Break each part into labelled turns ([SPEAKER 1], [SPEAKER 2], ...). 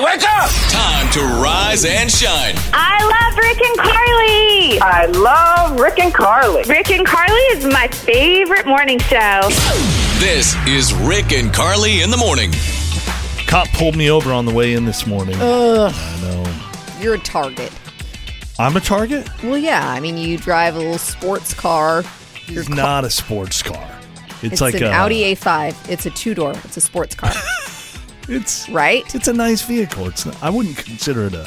[SPEAKER 1] wake up!
[SPEAKER 2] Time to rise and shine.
[SPEAKER 3] I love Rick and Carly.
[SPEAKER 4] I love Rick and Carly.
[SPEAKER 3] Rick and Carly is my favorite morning show.
[SPEAKER 2] This is Rick and Carly in the morning.
[SPEAKER 5] Cop pulled me over on the way in this morning.
[SPEAKER 6] Uh,
[SPEAKER 5] I know.
[SPEAKER 6] You're a target.
[SPEAKER 5] I'm a target?
[SPEAKER 6] Well, yeah. I mean, you drive a little sports car.
[SPEAKER 5] It's not a sports car. It's,
[SPEAKER 6] It's,
[SPEAKER 5] like uh,
[SPEAKER 6] an
[SPEAKER 5] a,
[SPEAKER 6] Audi A5. It's a two door. It's a sports car,
[SPEAKER 5] It's
[SPEAKER 6] right?
[SPEAKER 5] It's a nice vehicle. It's not, I wouldn't consider it a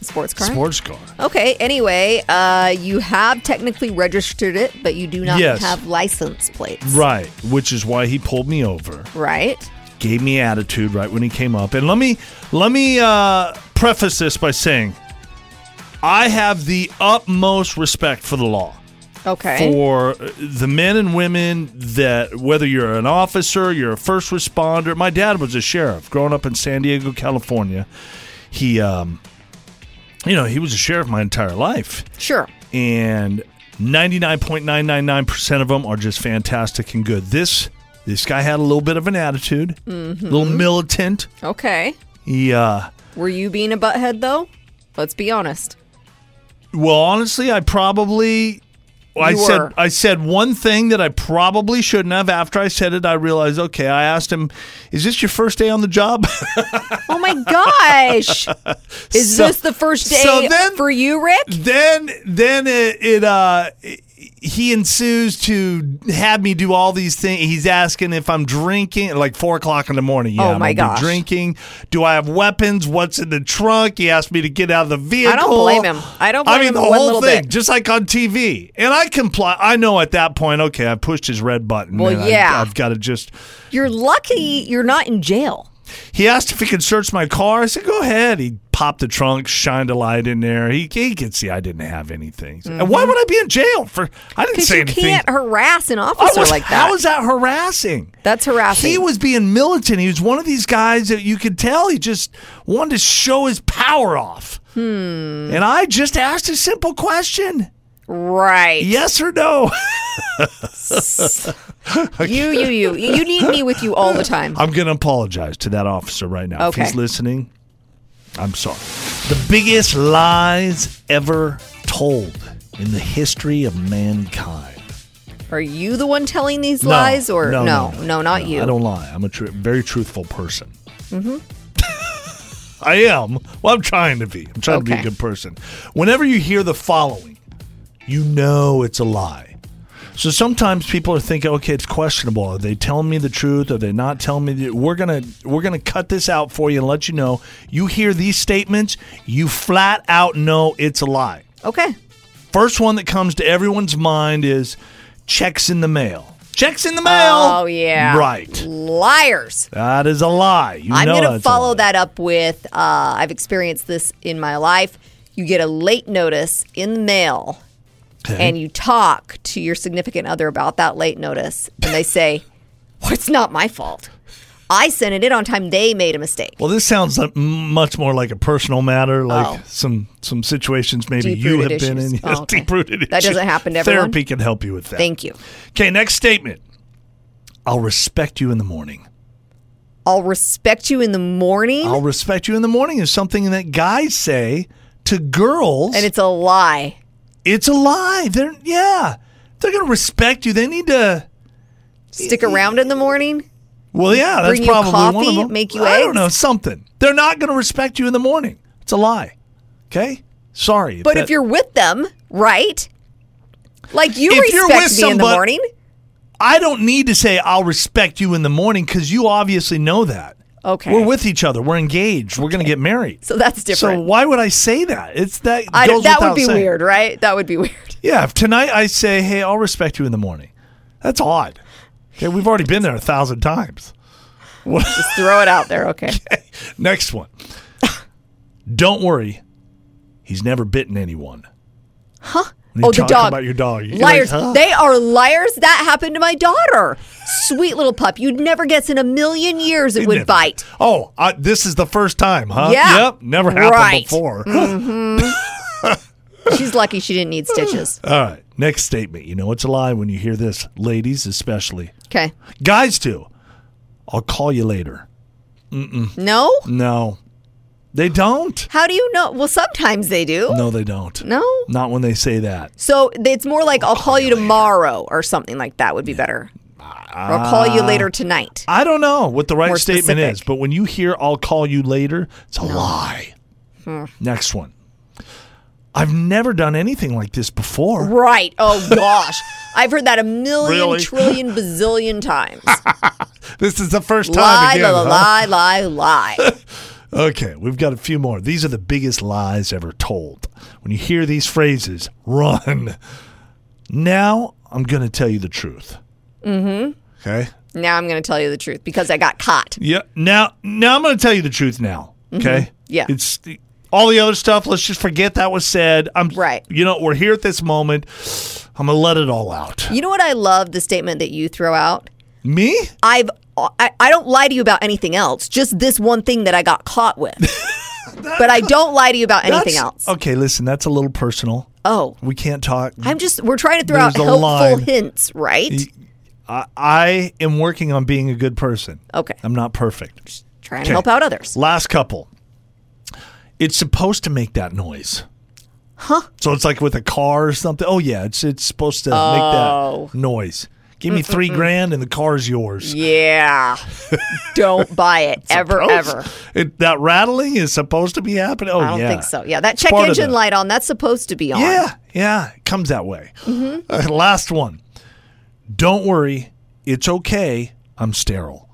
[SPEAKER 6] Sports car.
[SPEAKER 5] sports car.
[SPEAKER 6] Okay. Anyway, uh, you have technically registered it, but you do not
[SPEAKER 5] Yes.
[SPEAKER 6] have license plates.
[SPEAKER 5] Right, which is why he pulled me over.
[SPEAKER 6] Right.
[SPEAKER 5] Gave me attitude right when he came up. And let me let me uh, preface this by saying I have the utmost respect for the law.
[SPEAKER 6] Okay.
[SPEAKER 5] for the men and women that whether you're an officer, you're a first responder. My dad was a sheriff growing up in San Diego, California. He um you know, he was a sheriff my entire life
[SPEAKER 6] Sure.
[SPEAKER 5] and 99.999% of them are just fantastic and good. This this guy had a little bit of an attitude, a little militant.
[SPEAKER 6] Okay.
[SPEAKER 5] He uh
[SPEAKER 6] Were you being a butthead though? Let's be honest.
[SPEAKER 5] Well, honestly, I probably I
[SPEAKER 6] You
[SPEAKER 5] said
[SPEAKER 6] were.
[SPEAKER 5] I said one thing that I probably shouldn't have. After I said it, I realized, okay, I asked him, "Is this your first day on the job?"
[SPEAKER 6] Oh my gosh. Is
[SPEAKER 5] So-
[SPEAKER 6] this the first day
[SPEAKER 5] so then-
[SPEAKER 6] for you, Rick?
[SPEAKER 5] then then it, it uh he ensues to have me do all these things. He's asking if I'm drinking, like four o'clock in the morning. Yeah,
[SPEAKER 6] Oh,
[SPEAKER 5] am
[SPEAKER 6] my
[SPEAKER 5] I be
[SPEAKER 6] gosh.
[SPEAKER 5] Drinking? Do I have weapons? What's in the trunk? He asked me to get out of the vehicle.
[SPEAKER 6] blame him. I don't
[SPEAKER 5] I
[SPEAKER 6] blame
[SPEAKER 5] mean,
[SPEAKER 6] him
[SPEAKER 5] the
[SPEAKER 6] one
[SPEAKER 5] whole
[SPEAKER 6] little
[SPEAKER 5] thing,
[SPEAKER 6] bit.
[SPEAKER 5] just like on TV. And I comply. I know at that point, okay, I pushed his red button.
[SPEAKER 6] Well,
[SPEAKER 5] and I-
[SPEAKER 6] yeah.
[SPEAKER 5] I've got to just.
[SPEAKER 6] You're lucky you're not in jail.
[SPEAKER 5] He asked if he could search my car. I said, "Go ahead." He popped the trunk, shined a light in there. He, he could see I didn't have anything. And why would I be in jail for? I didn't
[SPEAKER 6] Mm-hmm. Because
[SPEAKER 5] say
[SPEAKER 6] you
[SPEAKER 5] anything.
[SPEAKER 6] can't harass an
[SPEAKER 5] I
[SPEAKER 6] officer
[SPEAKER 5] was-
[SPEAKER 6] like that.
[SPEAKER 5] How is that harassing?
[SPEAKER 6] That's harassing.
[SPEAKER 5] He was being militant. He was one of these guys that you could tell he just wanted to show his power off. Hmm. And I just asked a simple question:
[SPEAKER 6] right.
[SPEAKER 5] yes or no.
[SPEAKER 6] You, you, you. You need me with you all the time.
[SPEAKER 5] I'm going to apologize to that officer right now.
[SPEAKER 6] Okay.
[SPEAKER 5] If he's listening, I'm sorry. The biggest lies ever told in the history of mankind.
[SPEAKER 6] Are you the one telling these
[SPEAKER 5] No,
[SPEAKER 6] lies or
[SPEAKER 5] no, no, no,
[SPEAKER 6] not you. Mm-hmm.
[SPEAKER 5] I don't lie. I'm a tr- very truthful person. I am. Well, I'm trying to be. I'm trying to be
[SPEAKER 6] Okay.
[SPEAKER 5] a good person. Whenever you hear the following, you know it's a lie. So sometimes people are thinking, okay, it's questionable. Are they telling me the truth? Are they not telling me? The- we're gonna we're gonna cut this out for you and let you know. You hear these statements, you flat out know it's a lie.
[SPEAKER 6] Okay.
[SPEAKER 5] First one that comes to everyone's mind is checks in the mail. Checks in the mail.
[SPEAKER 6] Oh yeah.
[SPEAKER 5] Right.
[SPEAKER 6] Liars.
[SPEAKER 5] That is a lie. You
[SPEAKER 6] I'm
[SPEAKER 5] know
[SPEAKER 6] gonna
[SPEAKER 5] that's a
[SPEAKER 6] follow
[SPEAKER 5] lie.
[SPEAKER 6] that up with uh, I've experienced this in my life. You get a late notice in the mail
[SPEAKER 5] Okay.
[SPEAKER 6] and you talk to your significant other about that late notice and they say, Well, it's not my fault. I sent it in on time. They made a mistake.
[SPEAKER 5] Well, this sounds like m- much more like a personal matter, like
[SPEAKER 6] Oh.
[SPEAKER 5] some some situations maybe you have
[SPEAKER 6] Deep-rooted
[SPEAKER 5] been in.
[SPEAKER 6] issues. Oh, okay.
[SPEAKER 5] Deep-rooted
[SPEAKER 6] That
[SPEAKER 5] issues.
[SPEAKER 6] doesn't happen to everyone?
[SPEAKER 5] Therapy can help you with that.
[SPEAKER 6] Thank you.
[SPEAKER 5] Okay, next statement. I'll respect you in the morning.
[SPEAKER 6] I'll respect you in the morning.
[SPEAKER 5] I'll respect you in the morning is something that guys say to girls,
[SPEAKER 6] and it's a lie.
[SPEAKER 5] it's a lie. They're yeah, they're gonna respect you. They need to.
[SPEAKER 6] Stick around in the morning.
[SPEAKER 5] Well, yeah, that's
[SPEAKER 6] Bring you
[SPEAKER 5] probably one of
[SPEAKER 6] coffee,
[SPEAKER 5] them.
[SPEAKER 6] make you
[SPEAKER 5] I don't
[SPEAKER 6] eggs?
[SPEAKER 5] know something. They're not gonna respect you in the morning. It's a lie. Okay, sorry.
[SPEAKER 6] But
[SPEAKER 5] that-
[SPEAKER 6] if you're with them, right? Like you
[SPEAKER 5] If
[SPEAKER 6] respect
[SPEAKER 5] you're with
[SPEAKER 6] me in the
[SPEAKER 5] somebody-
[SPEAKER 6] morning.
[SPEAKER 5] I don't need to say I'll respect you in the morning because you obviously know that.
[SPEAKER 6] Okay.
[SPEAKER 5] We're with each other. We're engaged. We're going to get married.
[SPEAKER 6] So that's
[SPEAKER 5] So
[SPEAKER 6] different.
[SPEAKER 5] why would I say that? It's that
[SPEAKER 6] I
[SPEAKER 5] goes
[SPEAKER 6] don't, that would
[SPEAKER 5] without
[SPEAKER 6] be
[SPEAKER 5] saying.
[SPEAKER 6] weird, right? That would be weird.
[SPEAKER 5] Yeah. If tonight I say, "Hey, I'll respect you in the morning," that's odd. Okay, we've already been there a thousand times.
[SPEAKER 6] Just throw it out there, okay?
[SPEAKER 5] Next one. don't worry, he's never bitten anyone. Huh?
[SPEAKER 6] Oh, the dog.
[SPEAKER 5] about your dog. you're like,
[SPEAKER 6] Liars.
[SPEAKER 5] huh?
[SPEAKER 6] They are liars. That happened to my daughter. Sweet little pup. You'd never guess in a million years it would
[SPEAKER 5] Never.
[SPEAKER 6] bite.
[SPEAKER 5] Oh, I, this is the first time, huh?
[SPEAKER 6] Yeah.
[SPEAKER 5] Yep. Never happened
[SPEAKER 6] Right. Mm-hmm.
[SPEAKER 5] before.
[SPEAKER 6] She's lucky she didn't need stitches.
[SPEAKER 5] All right. Next statement. You know it's a lie when you hear this, ladies especially.
[SPEAKER 6] Okay.
[SPEAKER 5] Guys too. I'll call you later.
[SPEAKER 6] No?
[SPEAKER 5] No. They don't.
[SPEAKER 6] How do you know? Well, sometimes they do.
[SPEAKER 5] No, they don't.
[SPEAKER 6] No?
[SPEAKER 5] Not when they say that.
[SPEAKER 6] So it's more like I'll call you tomorrow or something like that would be better.
[SPEAKER 5] Ah.
[SPEAKER 6] or I'll call you later tonight.
[SPEAKER 5] I don't know what the right
[SPEAKER 6] More
[SPEAKER 5] statement
[SPEAKER 6] specific.
[SPEAKER 5] is, but when you hear I'll call you later, it's a lie.
[SPEAKER 6] Hmm.
[SPEAKER 5] Next one. I've never done anything like this before.
[SPEAKER 6] Right. Oh gosh. I've heard that a million,
[SPEAKER 5] Really?
[SPEAKER 6] trillion, bazillion times.
[SPEAKER 5] This is the first
[SPEAKER 6] lie, la, la, lie, lie, lie.
[SPEAKER 5] Okay, we've got a few more. These are the biggest lies ever told. When you hear these phrases, run. Now I'm going to tell you the truth. Mm-hmm. Okay.
[SPEAKER 6] now I'm going to tell you the truth because I got caught.
[SPEAKER 5] Yeah. Now, now I'm going to tell you the truth. Now. Okay.
[SPEAKER 6] Mm-hmm. Yeah.
[SPEAKER 5] It's all the other stuff. Let's just forget that was said. I'm
[SPEAKER 6] Right.
[SPEAKER 5] You know, we're here at this moment. I'm gonna let it all out.
[SPEAKER 6] You know what I love the statement that you throw out?
[SPEAKER 5] Me?
[SPEAKER 6] I've I, I don't lie to you about anything else, just this one thing that I got caught with. but I don't lie to you about anything
[SPEAKER 5] That's-
[SPEAKER 6] else.
[SPEAKER 5] Okay. Listen, that's a little personal.
[SPEAKER 6] Oh.
[SPEAKER 5] We can't talk.
[SPEAKER 6] I'm just we're trying to throw
[SPEAKER 5] There's
[SPEAKER 6] out
[SPEAKER 5] a
[SPEAKER 6] helpful
[SPEAKER 5] line.
[SPEAKER 6] hints, right?
[SPEAKER 5] I, I am working on being a good person.
[SPEAKER 6] Okay.
[SPEAKER 5] I'm not perfect.
[SPEAKER 6] trying
[SPEAKER 5] Okay.
[SPEAKER 6] to help out others.
[SPEAKER 5] Last couple. It's supposed to make that noise. Huh? So it's like with a car or something. Oh yeah, it's it's supposed to
[SPEAKER 6] Oh.
[SPEAKER 5] make that noise. Give me three grand and the car's yours.
[SPEAKER 6] Yeah. don't buy it ever ever.
[SPEAKER 5] It, that rattling is supposed to be happening. Oh
[SPEAKER 6] I don't
[SPEAKER 5] yeah.
[SPEAKER 6] think so. Yeah, that check
[SPEAKER 5] part of
[SPEAKER 6] engine
[SPEAKER 5] the-
[SPEAKER 6] light on, that's supposed to be on.
[SPEAKER 5] Yeah, yeah, it comes that way.
[SPEAKER 6] Mm-hmm.
[SPEAKER 5] Uh, last one. Don't worry, it's okay. I'm sterile.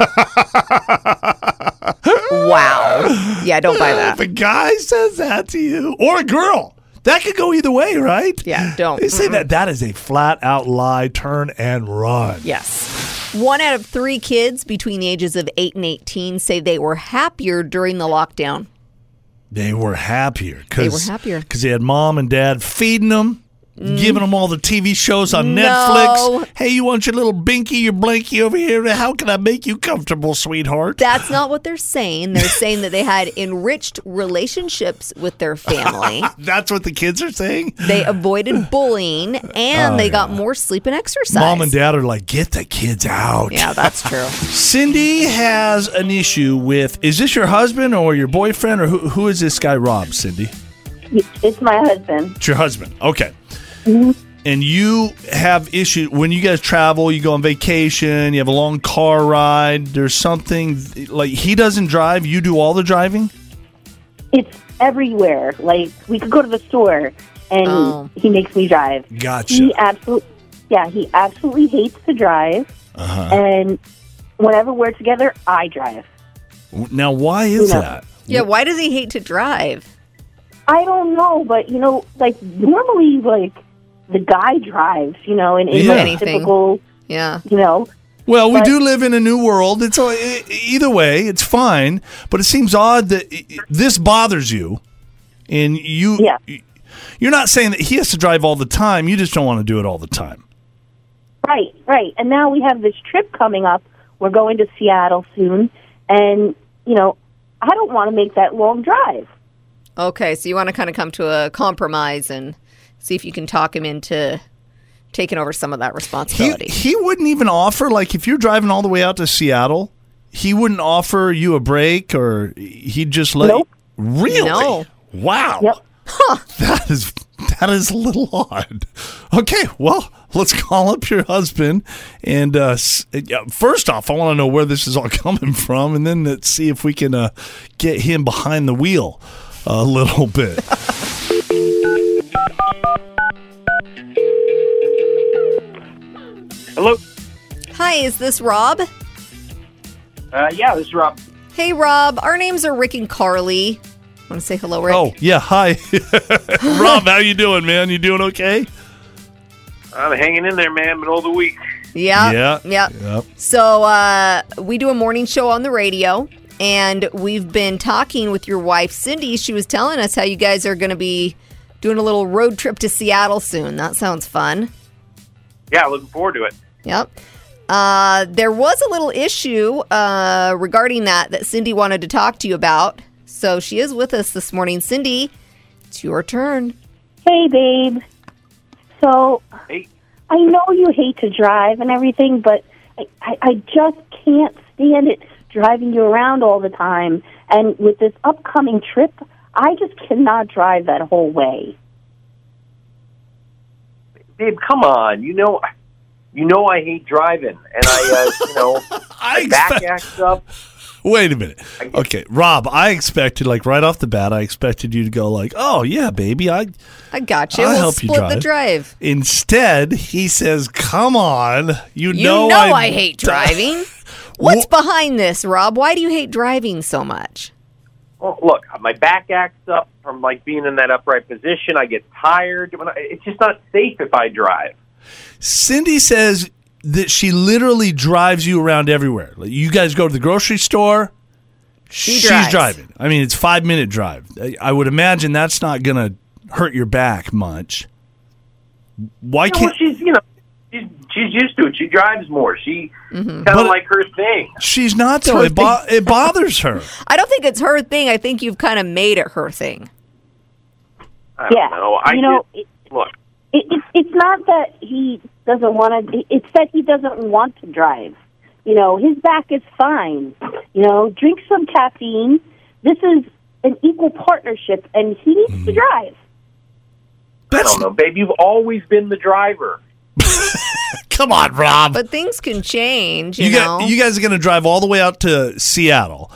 [SPEAKER 6] Wow. Yeah, don't buy that.
[SPEAKER 5] If a guy says that to you, or a girl, that could go either way, right?
[SPEAKER 6] Yeah, don't.
[SPEAKER 5] They say that that is a flat out lie. Turn and run.
[SPEAKER 6] Yes. One out of three kids between the ages of 8 and 18 say they were happier during the lockdown.
[SPEAKER 5] They were happier. Cause,
[SPEAKER 6] were happier. Mm.
[SPEAKER 5] because they had mom and dad feeding them. Giving them all the TV shows on
[SPEAKER 6] No.
[SPEAKER 5] Netflix. Hey, you want your little binky, your blankie over here? How can I make you comfortable, sweetheart?
[SPEAKER 6] That's not what they're saying. They're saying that they had enriched relationships with their family.
[SPEAKER 5] That's what the kids are saying.
[SPEAKER 6] They avoided bullying and they got more sleep and exercise.
[SPEAKER 5] Oh, Mom and dad are like, get the kids out.
[SPEAKER 6] Yeah, that's true.
[SPEAKER 5] Cindy has an issue with is this your husband or your boyfriend or who, who is this guy, Rob, Cindy?
[SPEAKER 4] It's my husband. Mm-hmm.
[SPEAKER 5] It's your husband. Okay. And you have issue when you guys travel, you go on vacation, you have a long car ride, there's something like he doesn't drive, you do all the driving?
[SPEAKER 1] it's everywhere. Like we could go to the store and
[SPEAKER 6] Oh.
[SPEAKER 1] he makes me drive.
[SPEAKER 5] Gotcha.
[SPEAKER 1] He absolutely, yeah, he absolutely hates to drive.
[SPEAKER 5] Uh-huh.
[SPEAKER 1] And whenever we're together, I drive.
[SPEAKER 5] Now why is
[SPEAKER 1] No.
[SPEAKER 5] that?
[SPEAKER 6] Yeah, why does he hate to drive?
[SPEAKER 1] I don't know, but you know, like normally, like the guy drives, you know, and it's
[SPEAKER 5] Yeah.
[SPEAKER 1] like
[SPEAKER 6] Anything.
[SPEAKER 1] typical,
[SPEAKER 6] Yeah.
[SPEAKER 1] you know.
[SPEAKER 5] Well, we
[SPEAKER 1] But-
[SPEAKER 5] do live in a new world. It's all, e- either way, it's fine. But it seems odd that i- i- this bothers you, and you
[SPEAKER 1] Yeah.
[SPEAKER 5] you're not saying that he has to drive all the time. You just don't want to do it all the time.
[SPEAKER 1] Right, right. And now we have this trip coming up. We're going to Seattle soon, and you know, I don't want to make that long drive.
[SPEAKER 6] Okay, so you want to kind of come to a compromise and see if you can talk him into taking over some of that
[SPEAKER 5] He,
[SPEAKER 6] responsibility.
[SPEAKER 5] he wouldn't even offer like if you're driving all the way out to Seattle, he wouldn't offer you a break, or he'd just let
[SPEAKER 1] Nope.
[SPEAKER 5] really
[SPEAKER 6] No.
[SPEAKER 5] wow.
[SPEAKER 1] Yep.
[SPEAKER 5] That is that is a little odd. Okay, well, let's call up your husband and uh, s- yeah, first off, I want to know where this is all coming from, and then let's see if we can uh, get him behind the wheel a little bit.
[SPEAKER 4] Hello.
[SPEAKER 6] Hi, is this Rob?
[SPEAKER 4] Uh, yeah, this is Rob.
[SPEAKER 6] Hey, Rob. Our names are Rick and Carly. Want to say hello, Rick?
[SPEAKER 5] oh yeah, hi, Rob. How you doing, man? You doing okay?
[SPEAKER 4] I'm hanging in there, man. Middle of the week.
[SPEAKER 6] yeah, yeah,
[SPEAKER 5] Yep.
[SPEAKER 6] So uh, we do a morning show on the radio, and we've been talking with your wife, Cindy. She was telling us how you guys are going to be doing a little road trip to Seattle soon. That sounds fun.
[SPEAKER 4] Yeah, looking forward to it.
[SPEAKER 6] Yep. Uh, there was a little issue uh, regarding that that Cindy wanted to talk to you about. So she is with us this morning. Cindy, it's your turn.
[SPEAKER 1] Hey, babe. So
[SPEAKER 4] Hey,
[SPEAKER 1] I know you hate to drive and everything, but I, I, I just can't stand it driving you around all the time. And with this upcoming trip, I just cannot drive that whole way.
[SPEAKER 4] babe, come on. You know, you know I hate driving, and I, uh, you know,
[SPEAKER 5] I
[SPEAKER 4] back
[SPEAKER 5] expect-
[SPEAKER 4] acts up.
[SPEAKER 5] Wait a minute. Okay, Rob, I expected like right off the bat, I expected you to go like, "Oh yeah, baby, I."
[SPEAKER 6] I got you.
[SPEAKER 5] I'll
[SPEAKER 6] we'll
[SPEAKER 5] help you
[SPEAKER 6] split the drive.
[SPEAKER 5] Instead, he says, "Come on, you,
[SPEAKER 6] You
[SPEAKER 5] know,
[SPEAKER 6] know, I, hate driving. What's behind this, Rob? Why do you hate driving so much?
[SPEAKER 4] Well, Oh, look, my back acts up from like being in that upright position. I get tired. When I, it's just not safe if I drive.
[SPEAKER 5] Cindy says that she literally drives you around everywhere. Like, you guys go to the grocery store. she's
[SPEAKER 6] drives.
[SPEAKER 5] driving. I mean, it's five minute drive. I, I would imagine that's not gonna hurt your back much. Why
[SPEAKER 4] Yeah, well,
[SPEAKER 5] can't
[SPEAKER 4] she's you know, she's, she's used to it. She drives more. She kind
[SPEAKER 5] But-
[SPEAKER 4] of like her thing.
[SPEAKER 5] she's not though? It, bo- it bothers her.
[SPEAKER 6] I don't think it's her thing. I think you've kind of made it her thing.
[SPEAKER 4] I don't
[SPEAKER 1] yeah,
[SPEAKER 4] know. I
[SPEAKER 1] you know,
[SPEAKER 4] just-
[SPEAKER 1] it,
[SPEAKER 4] look.
[SPEAKER 1] it, it's it's not that he doesn't want to. It's that he doesn't want to drive. You know, his back is fine. You know, drink some caffeine. This is an equal partnership, and he needs to drive.
[SPEAKER 4] I
[SPEAKER 5] That's
[SPEAKER 4] don't know, babe. You've always been the driver.
[SPEAKER 5] come on, Rob.
[SPEAKER 6] But things can change, you,
[SPEAKER 5] You,
[SPEAKER 6] know.
[SPEAKER 5] got, you guys are going to drive all the way out to Seattle,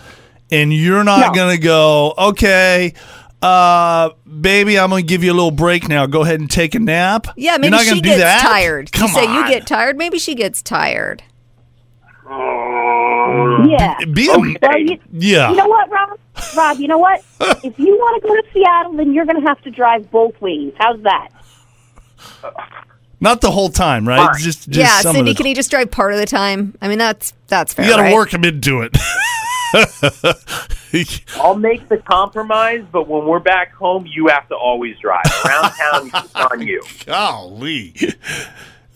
[SPEAKER 5] and you're not
[SPEAKER 1] No.
[SPEAKER 5] going to go, okay, uh, baby, I'm going to give you a little break now. Go ahead and take a nap.
[SPEAKER 6] yeah,
[SPEAKER 5] You're
[SPEAKER 6] maybe
[SPEAKER 5] not
[SPEAKER 6] she
[SPEAKER 5] gonna do
[SPEAKER 6] gets
[SPEAKER 5] that?
[SPEAKER 6] tired.
[SPEAKER 5] Come
[SPEAKER 6] you say
[SPEAKER 5] on.
[SPEAKER 6] you get tired, maybe she gets tired.
[SPEAKER 1] Yeah.
[SPEAKER 5] Be a-
[SPEAKER 1] Well, you,
[SPEAKER 5] yeah.
[SPEAKER 1] You know what, Rob? Rob, you know what? if you want to go to Seattle, then you're going to have to drive both ways. How's that?
[SPEAKER 5] not the whole time, right?
[SPEAKER 4] Fine.
[SPEAKER 5] Just, just
[SPEAKER 6] yeah,
[SPEAKER 5] some
[SPEAKER 6] Cindy,
[SPEAKER 5] of the,
[SPEAKER 6] can you just drive part of the time? I mean, that's that's fair.
[SPEAKER 5] you got to
[SPEAKER 6] right?
[SPEAKER 5] work him into it.
[SPEAKER 4] I'll make the compromise, but when we're back home, you have to always drive around town. It's on you.
[SPEAKER 5] Golly.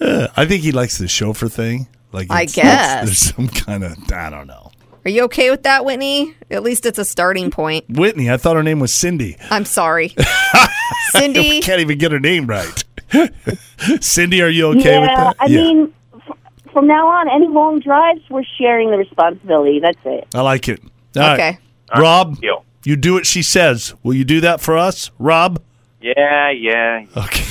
[SPEAKER 5] Uh, I think he likes the chauffeur thing. Like
[SPEAKER 6] I
[SPEAKER 5] it's- it's-
[SPEAKER 6] guess.
[SPEAKER 5] there's some kind of I don't know.
[SPEAKER 6] Are you okay with that, Whitney? At least it's a starting point.
[SPEAKER 5] Whitney, I thought her name was Cindy.
[SPEAKER 6] I'm sorry, Cindy.
[SPEAKER 5] Can't even get her name right. Cindy, are you okay
[SPEAKER 1] yeah,
[SPEAKER 5] with that?
[SPEAKER 1] I mean, f- from now on, any long drives, we're sharing the responsibility. That's it.
[SPEAKER 5] I like it. All right.
[SPEAKER 6] Okay.
[SPEAKER 5] Rob,
[SPEAKER 4] Deal.
[SPEAKER 5] you do what she says. Will you do that for us, Rob?
[SPEAKER 4] Yeah, yeah.
[SPEAKER 5] Okay.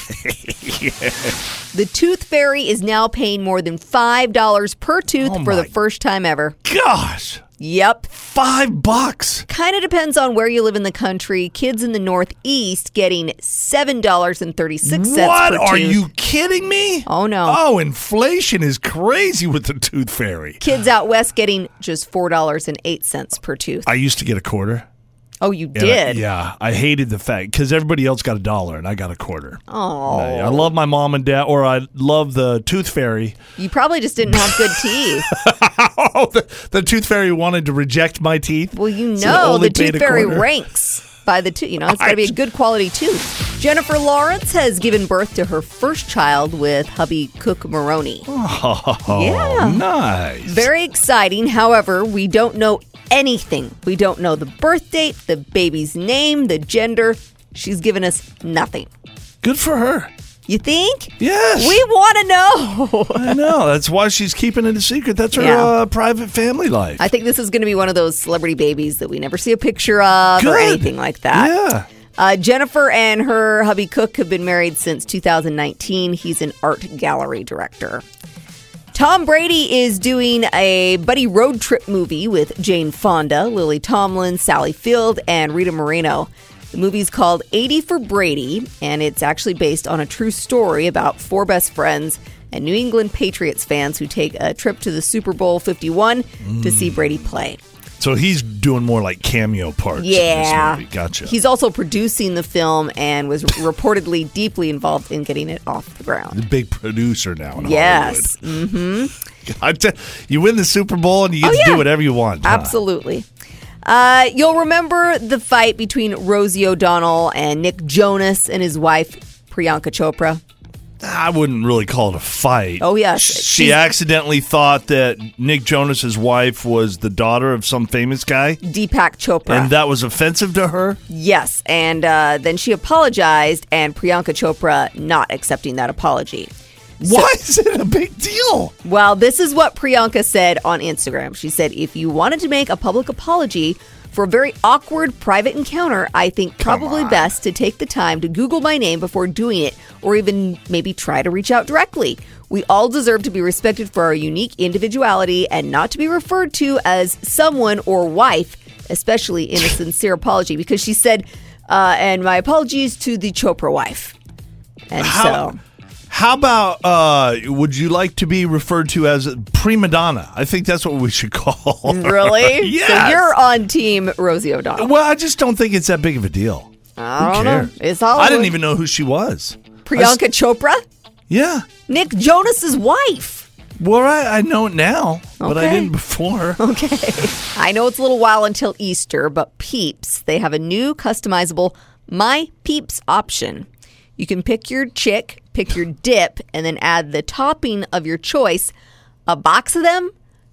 [SPEAKER 6] The Tooth Fairy is now paying more than five dollars per tooth
[SPEAKER 5] Oh
[SPEAKER 6] for the
[SPEAKER 5] my-
[SPEAKER 6] first time ever.
[SPEAKER 5] Gosh,
[SPEAKER 6] Yep.
[SPEAKER 5] five bucks.
[SPEAKER 6] Kind of depends on where you live in the country. Kids in the Northeast getting seven dollars and thirty six cents.
[SPEAKER 5] what?
[SPEAKER 6] per
[SPEAKER 5] Are
[SPEAKER 6] tooth.
[SPEAKER 5] you kidding me?
[SPEAKER 6] Oh, no.
[SPEAKER 5] Oh, inflation is crazy with the tooth fairy.
[SPEAKER 6] Kids out west getting just four dollars and eight cents per tooth.
[SPEAKER 5] I used to get a quarter.
[SPEAKER 6] Oh, you
[SPEAKER 5] and I-
[SPEAKER 6] did.
[SPEAKER 5] yeah, I hated the fact because everybody else got a dollar and I got a quarter.
[SPEAKER 6] Oh,
[SPEAKER 5] I, I love my mom and dad, or I love the tooth fairy.
[SPEAKER 6] you probably just didn't have good teeth.
[SPEAKER 5] oh, the, the tooth fairy wanted to reject my teeth.
[SPEAKER 6] Well, you
[SPEAKER 5] so it
[SPEAKER 6] know
[SPEAKER 5] only
[SPEAKER 6] the tooth
[SPEAKER 5] paid a
[SPEAKER 6] fairy
[SPEAKER 5] quarter.
[SPEAKER 6] ranks by the tooth. You know, it's got to be a good quality tooth. Jennifer Lawrence has given birth to her first child with hubby Cook Maroney.
[SPEAKER 5] Oh,
[SPEAKER 6] Yeah.
[SPEAKER 5] nice.
[SPEAKER 6] Very exciting. However, we don't know anything. We don't know the birth date, the baby's name, the gender. She's given us nothing.
[SPEAKER 5] Good for her.
[SPEAKER 6] You think?
[SPEAKER 5] Yes.
[SPEAKER 6] We want to know.
[SPEAKER 5] I know. That's why she's keeping it a secret. That's her
[SPEAKER 6] Yeah.
[SPEAKER 5] uh, private family life.
[SPEAKER 6] I think this is going to be one of those celebrity babies that we never see a picture of or
[SPEAKER 5] Good.
[SPEAKER 6] anything like that.
[SPEAKER 5] yeah.
[SPEAKER 6] Uh, Jennifer and her hubby Cook have been married since 2019. He's an art gallery director. Tom Brady is doing a buddy road trip movie with Jane Fonda, Lily Tomlin, Sally Field, and Rita Moreno. The movie's called 80 for Brady, and it's actually based on a true story about four best friends and New England Patriots fans who take a trip to the Super Bowl 51 to see Brady play.
[SPEAKER 5] So he's doing more like cameo parts.
[SPEAKER 6] Yeah.
[SPEAKER 5] In this movie. Gotcha.
[SPEAKER 6] He's also producing the film and was reportedly deeply involved in getting it off the ground.
[SPEAKER 5] a big producer now. In
[SPEAKER 6] Yes,
[SPEAKER 5] Hollywood. I tell- you win the Super Bowl and you get
[SPEAKER 6] Oh,
[SPEAKER 5] to do
[SPEAKER 6] yeah.
[SPEAKER 5] whatever you want. huh?
[SPEAKER 6] absolutely. Uh, you'll remember the fight between Rosie O'Donnell and Nick Jonas and his wife, Priyanka Chopra.
[SPEAKER 5] I wouldn't really call it a fight.
[SPEAKER 6] Oh, yes.
[SPEAKER 5] She
[SPEAKER 6] She's-
[SPEAKER 5] accidentally thought that Nick Jonas's wife was the daughter of some famous guy,
[SPEAKER 6] Deepak Chopra.
[SPEAKER 5] and that was offensive to her.
[SPEAKER 6] yes, and uh, then she apologized, and Priyanka Chopra not accepting that apology.
[SPEAKER 5] Why is it a big deal?
[SPEAKER 6] Well, this is what Priyanka said on Instagram. She said, if you wanted to make a public apology for a very awkward private encounter, I think probably best to take the time to Google my name before doing it, or even maybe try to reach out directly. We all deserve to be respected for our unique individuality and not to be referred to as someone or wife, especially in a sincere apology, because she said, uh, and my apologies to the Chopra wife. And
[SPEAKER 5] How-
[SPEAKER 6] so.
[SPEAKER 5] How about uh, would you like to be referred to as prima donna? I think that's what we should call.
[SPEAKER 6] Mm,
[SPEAKER 5] her.
[SPEAKER 6] Really?
[SPEAKER 5] Yes.
[SPEAKER 6] So you're on team Rosie O'Donnell.
[SPEAKER 5] Well, I just don't think it's that big of a deal.
[SPEAKER 6] I
[SPEAKER 5] Who
[SPEAKER 6] don't know.
[SPEAKER 5] cares?
[SPEAKER 6] It's all
[SPEAKER 5] I didn't even know who she was.
[SPEAKER 6] Priyanka
[SPEAKER 5] I s-
[SPEAKER 6] Chopra,
[SPEAKER 5] yeah.
[SPEAKER 6] Nick Jonas's wife.
[SPEAKER 5] Well, I, I know it now, but I
[SPEAKER 6] Okay.
[SPEAKER 5] didn't before.
[SPEAKER 6] I know it's a little while until Easter, but Peeps, they have a new customizable My Peeps option. You can pick your chick, pick your dip, and then add the topping of your choice. A box of them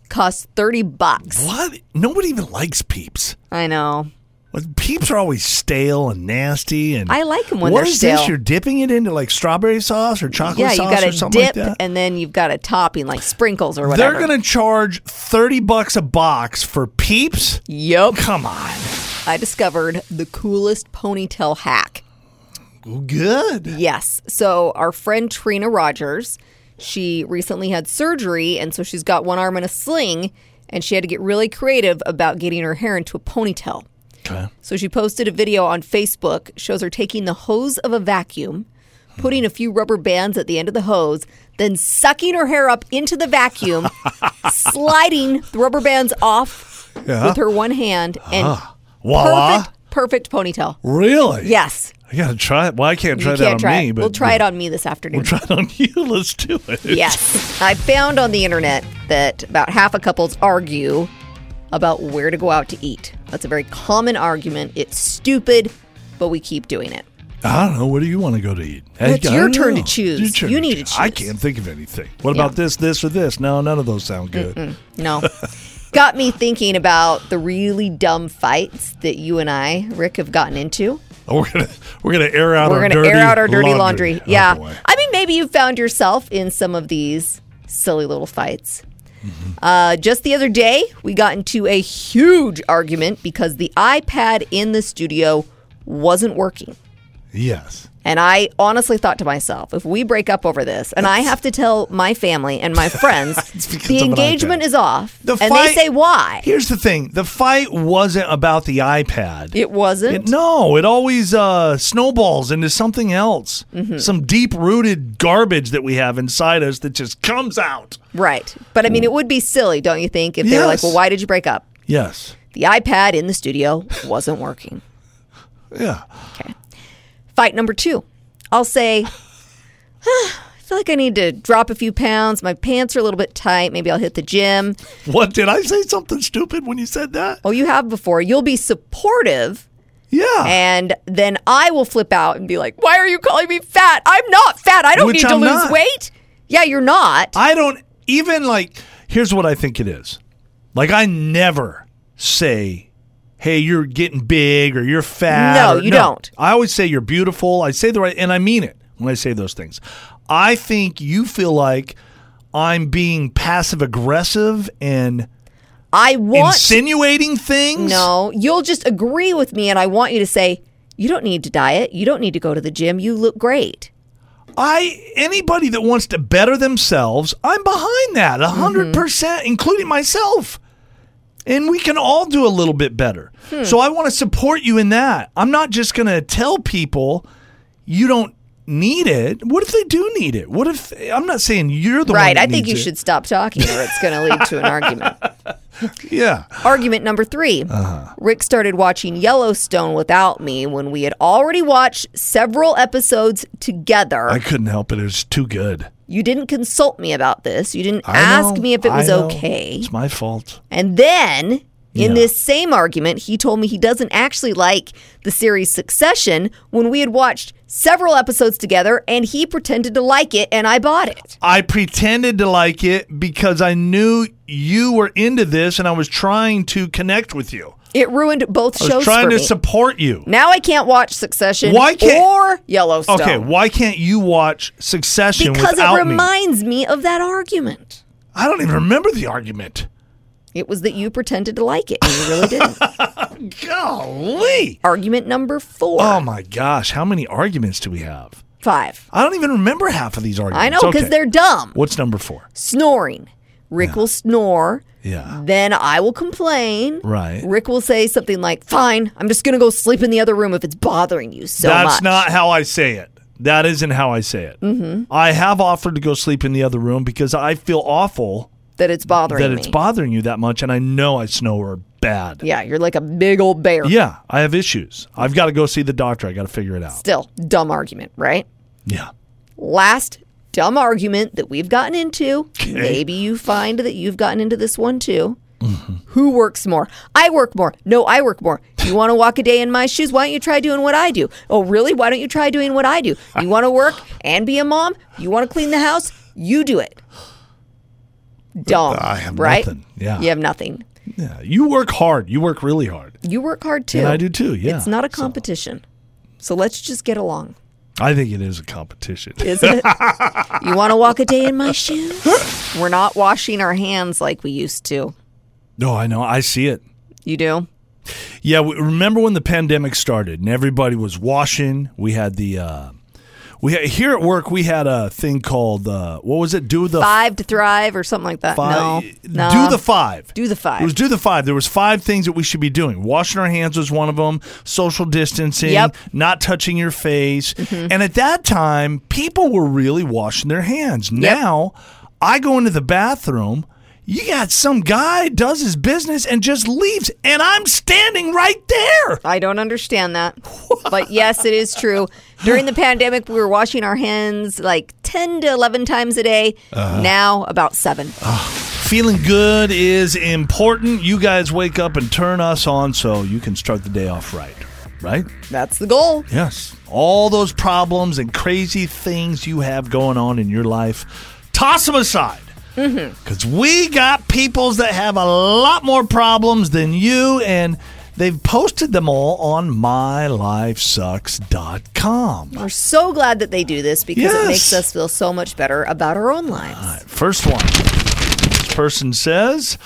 [SPEAKER 6] costs 30 bucks.
[SPEAKER 5] What? Nobody even likes peeps.
[SPEAKER 6] I know.
[SPEAKER 5] Like, Peeps are always stale and nasty, and
[SPEAKER 6] I like 'em when
[SPEAKER 5] What
[SPEAKER 6] they're
[SPEAKER 5] is this?
[SPEAKER 6] stale.
[SPEAKER 5] You're dipping it into like strawberry sauce or chocolate
[SPEAKER 6] Yeah, you
[SPEAKER 5] sauce
[SPEAKER 6] got
[SPEAKER 5] or
[SPEAKER 6] a
[SPEAKER 5] something
[SPEAKER 6] dip
[SPEAKER 5] like that.
[SPEAKER 6] and then you've got a topping like sprinkles or whatever.
[SPEAKER 5] They're gonna charge thirty bucks a box for peeps.
[SPEAKER 6] Yep.
[SPEAKER 5] Come on,
[SPEAKER 6] I discovered the coolest ponytail hack.
[SPEAKER 5] Well, good.
[SPEAKER 6] Yes. So our friend Trina Rogers, she recently had surgery, and so she's got one arm in a sling, and she had to get really creative about getting her hair into a ponytail.
[SPEAKER 5] Okay.
[SPEAKER 6] So she posted a video on Facebook, shows her taking the hose of a vacuum, putting a few rubber bands at the end of the hose, then sucking her hair up into the vacuum, sliding the rubber bands off
[SPEAKER 5] Yeah. Uh-huh.
[SPEAKER 6] with her one hand, and
[SPEAKER 5] Voila.
[SPEAKER 6] perfect, perfect ponytail.
[SPEAKER 5] Really?
[SPEAKER 6] Yes.
[SPEAKER 5] I gotta try it. Well, I can't try
[SPEAKER 6] you
[SPEAKER 5] that
[SPEAKER 6] can't
[SPEAKER 5] on
[SPEAKER 6] try
[SPEAKER 5] me,
[SPEAKER 6] it.
[SPEAKER 5] but
[SPEAKER 6] we'll try it on me this afternoon.
[SPEAKER 5] We'll try it on you. Let's do it.
[SPEAKER 6] Yes. I found on the internet that about half of couples argue about where to go out to eat. That's a very common argument. It's stupid, but we keep doing it.
[SPEAKER 5] I don't know. Where do you want to go to eat?
[SPEAKER 6] it's
[SPEAKER 5] I
[SPEAKER 6] your
[SPEAKER 5] don't
[SPEAKER 6] turn to choose.
[SPEAKER 5] Your turn
[SPEAKER 6] You need to
[SPEAKER 5] I
[SPEAKER 6] choose.
[SPEAKER 5] can't think of anything. What about this, this, or this? No, none of those sound good.
[SPEAKER 6] No. Got me thinking about the really dumb fights that you and I, Rick, have gotten into.
[SPEAKER 5] We're gonna we're gonna air out
[SPEAKER 6] We're
[SPEAKER 5] our
[SPEAKER 6] going to
[SPEAKER 5] dirty
[SPEAKER 6] air out our dirty laundry.
[SPEAKER 5] Oh,
[SPEAKER 6] yeah.
[SPEAKER 5] boy.
[SPEAKER 6] I mean, maybe you found yourself in some of these silly little fights.
[SPEAKER 5] Mm-hmm.
[SPEAKER 6] Uh, just the other day, we got into a huge argument because the iPad in the studio wasn't working.
[SPEAKER 5] Yes.
[SPEAKER 6] And I honestly thought to myself, if we break up over this, and I have to tell my family and my friends
[SPEAKER 5] because
[SPEAKER 6] the
[SPEAKER 5] of an
[SPEAKER 6] engagement
[SPEAKER 5] iPad.
[SPEAKER 6] is off,
[SPEAKER 5] The
[SPEAKER 6] and
[SPEAKER 5] fight-
[SPEAKER 6] they say why.
[SPEAKER 5] Here's the thing: the fight wasn't about the iPad.
[SPEAKER 6] It wasn't.
[SPEAKER 5] It- no, it always uh, snowballs into something else. Some deep rooted garbage that we have inside us that just comes out.
[SPEAKER 6] Right. But I mean, it would be silly, don't you think, if they were like,
[SPEAKER 5] Yes.
[SPEAKER 6] well, why did you break up?
[SPEAKER 5] Yes.
[SPEAKER 6] The iPad in the studio wasn't working.
[SPEAKER 5] Yeah.
[SPEAKER 6] Fight number two. I'll say, "Ah, I feel like I need to drop a few pounds. My pants are a little bit tight. Maybe I'll hit the gym.
[SPEAKER 5] What did I say something stupid when you said that?
[SPEAKER 6] Oh, you have before. You'll be supportive.
[SPEAKER 5] Yeah.
[SPEAKER 6] And then I will flip out and be like, Why are you calling me fat? I'm not fat. I don't
[SPEAKER 5] Which
[SPEAKER 6] need to
[SPEAKER 5] I'm
[SPEAKER 6] lose
[SPEAKER 5] not."
[SPEAKER 6] weight. Yeah, you're not.
[SPEAKER 5] I don't even like. Here's what I think it is. Like I never say, "Hey, you're getting big" or "You're fat."
[SPEAKER 6] No,
[SPEAKER 5] or-
[SPEAKER 6] you don't.
[SPEAKER 5] I always say you're beautiful. I say the right, and I mean it when I say those things. I think you feel like I'm being passive aggressive and
[SPEAKER 6] I want
[SPEAKER 5] insinuating things.
[SPEAKER 6] No, you'll just agree with me and I want you to say, You don't need to diet. You don't need to go to the gym. You look great.
[SPEAKER 5] I anybody that wants to better themselves, I'm behind that 100%,
[SPEAKER 6] Mm-hmm.
[SPEAKER 5] percent including myself. And we can all do a little bit better.
[SPEAKER 6] Hmm.
[SPEAKER 5] So I want to support you in that. I'm not just going to tell people you don't need it. What if they do need it? What if I'm not saying you're the one
[SPEAKER 6] Right.
[SPEAKER 5] that
[SPEAKER 6] I think
[SPEAKER 5] needs
[SPEAKER 6] you
[SPEAKER 5] it.
[SPEAKER 6] should stop talking or it's going to lead to an argument.
[SPEAKER 5] Yeah.
[SPEAKER 6] Argument number 3
[SPEAKER 5] Uh-huh.
[SPEAKER 6] Rick started watching Yellowstone without me when we had already watched several episodes together.
[SPEAKER 5] I couldn't help it. It was too good.
[SPEAKER 6] you didn't consult me about this. You didn't
[SPEAKER 5] I
[SPEAKER 6] ask
[SPEAKER 5] know,
[SPEAKER 6] me if it
[SPEAKER 5] I
[SPEAKER 6] was
[SPEAKER 5] know.
[SPEAKER 6] okay.
[SPEAKER 5] It's my fault.
[SPEAKER 6] And then In
[SPEAKER 5] Yeah.
[SPEAKER 6] this same argument, he told me he doesn't actually like the series Succession when we had watched several episodes together and he pretended to like it and I bought it.
[SPEAKER 5] I pretended to like it because I knew you were into this and I was trying to connect with you.
[SPEAKER 6] It ruined both
[SPEAKER 5] I was
[SPEAKER 6] shows
[SPEAKER 5] trying
[SPEAKER 6] for
[SPEAKER 5] to
[SPEAKER 6] me.
[SPEAKER 5] support you.
[SPEAKER 6] now I can't watch Succession
[SPEAKER 5] Why can't-
[SPEAKER 6] or Yellowstone.
[SPEAKER 5] Okay, why can't you watch Succession
[SPEAKER 6] because
[SPEAKER 5] without
[SPEAKER 6] it
[SPEAKER 5] me?
[SPEAKER 6] reminds me of that argument.
[SPEAKER 5] I don't even remember the argument.
[SPEAKER 6] It was that you pretended to like it and you really didn't.
[SPEAKER 5] Golly.
[SPEAKER 6] argument number four,
[SPEAKER 5] Oh my gosh, how many arguments do we have?
[SPEAKER 6] five.
[SPEAKER 5] I don't even remember half of these arguments.
[SPEAKER 6] I know because
[SPEAKER 5] Okay.
[SPEAKER 6] they're dumb.
[SPEAKER 5] What's number 4?
[SPEAKER 6] Snoring. Rick will snore.
[SPEAKER 5] Yeah.
[SPEAKER 6] Then I will complain.
[SPEAKER 5] Right.
[SPEAKER 6] Rick will say something like, "Fine, I'm just gonna go sleep in the other room if it's bothering you so
[SPEAKER 5] That's
[SPEAKER 6] much."
[SPEAKER 5] not how I say it. That isn't how I say it. Mm-hmm. I have offered to go sleep in the other room because I feel awful
[SPEAKER 6] that it's bothering
[SPEAKER 5] that
[SPEAKER 6] me.
[SPEAKER 5] it's bothering you that much, and I know I snore bad.
[SPEAKER 6] yeah, you're like a big old bear.
[SPEAKER 5] Yeah, I have issues. I've got to go see the doctor. I got to figure it out.
[SPEAKER 6] Still, dumb argument, right?
[SPEAKER 5] Yeah.
[SPEAKER 6] Last dumb argument that we've gotten into. Maybe you find that you've gotten into this one too.
[SPEAKER 5] Mm-hmm.
[SPEAKER 6] Who works more? I work more. No, I work more. You want to walk a day in my shoes? Why don't you try doing what I do? Oh, really? Why don't you try doing what I do? You want to work and be a mom? You want to clean the house? You do it. Dumb.
[SPEAKER 5] I have
[SPEAKER 6] right?
[SPEAKER 5] nothing. Yeah.
[SPEAKER 6] You have nothing.
[SPEAKER 5] Yeah. You work hard. You work really hard.
[SPEAKER 6] You work hard too.
[SPEAKER 5] And I do too. Yeah.
[SPEAKER 6] It's not a
[SPEAKER 5] So,
[SPEAKER 6] competition. so let's just get along.
[SPEAKER 5] I think it is a competition.
[SPEAKER 6] isn't it? you want to walk a day in my shoes? We're not washing our hands like we used to.
[SPEAKER 5] no, I know. I see it.
[SPEAKER 6] You do?
[SPEAKER 5] Yeah, we, remember when the pandemic started and everybody was washing? We had the uh, we had, here at work we had a thing called uh, what was it? Do the
[SPEAKER 6] Five to thrive or something like that.
[SPEAKER 5] five.
[SPEAKER 6] No. Nah.
[SPEAKER 5] Do the five.
[SPEAKER 6] Do the five.
[SPEAKER 5] It was do the five. There was five things that we should be doing. Washing our hands was one of them. Social distancing.
[SPEAKER 6] Yep. Mm-hmm.
[SPEAKER 5] Not touching your face. And at that time, people were really washing their hands. Now, I go into the bathroom. You got some guy does his business and just leaves, and I'm standing right there.
[SPEAKER 6] I don't understand that. but yes, it is true. During the pandemic, we were washing our hands like 10 to 11 times a day.
[SPEAKER 5] Uh-huh.
[SPEAKER 6] now, about seven.
[SPEAKER 5] Feeling good is important. You guys wake up and turn us on so you can start the day off right. Right?
[SPEAKER 6] That's the goal.
[SPEAKER 5] Yes. All those problems and crazy things you have going on in your life, toss them aside. Because we got peoples that have a lot more problems than you, and they've posted them all on mylifesucks.com.
[SPEAKER 6] We're so glad that they do this because
[SPEAKER 5] Yes. Uh,
[SPEAKER 6] it makes us feel so much better about our own lives.
[SPEAKER 5] First one. This person says,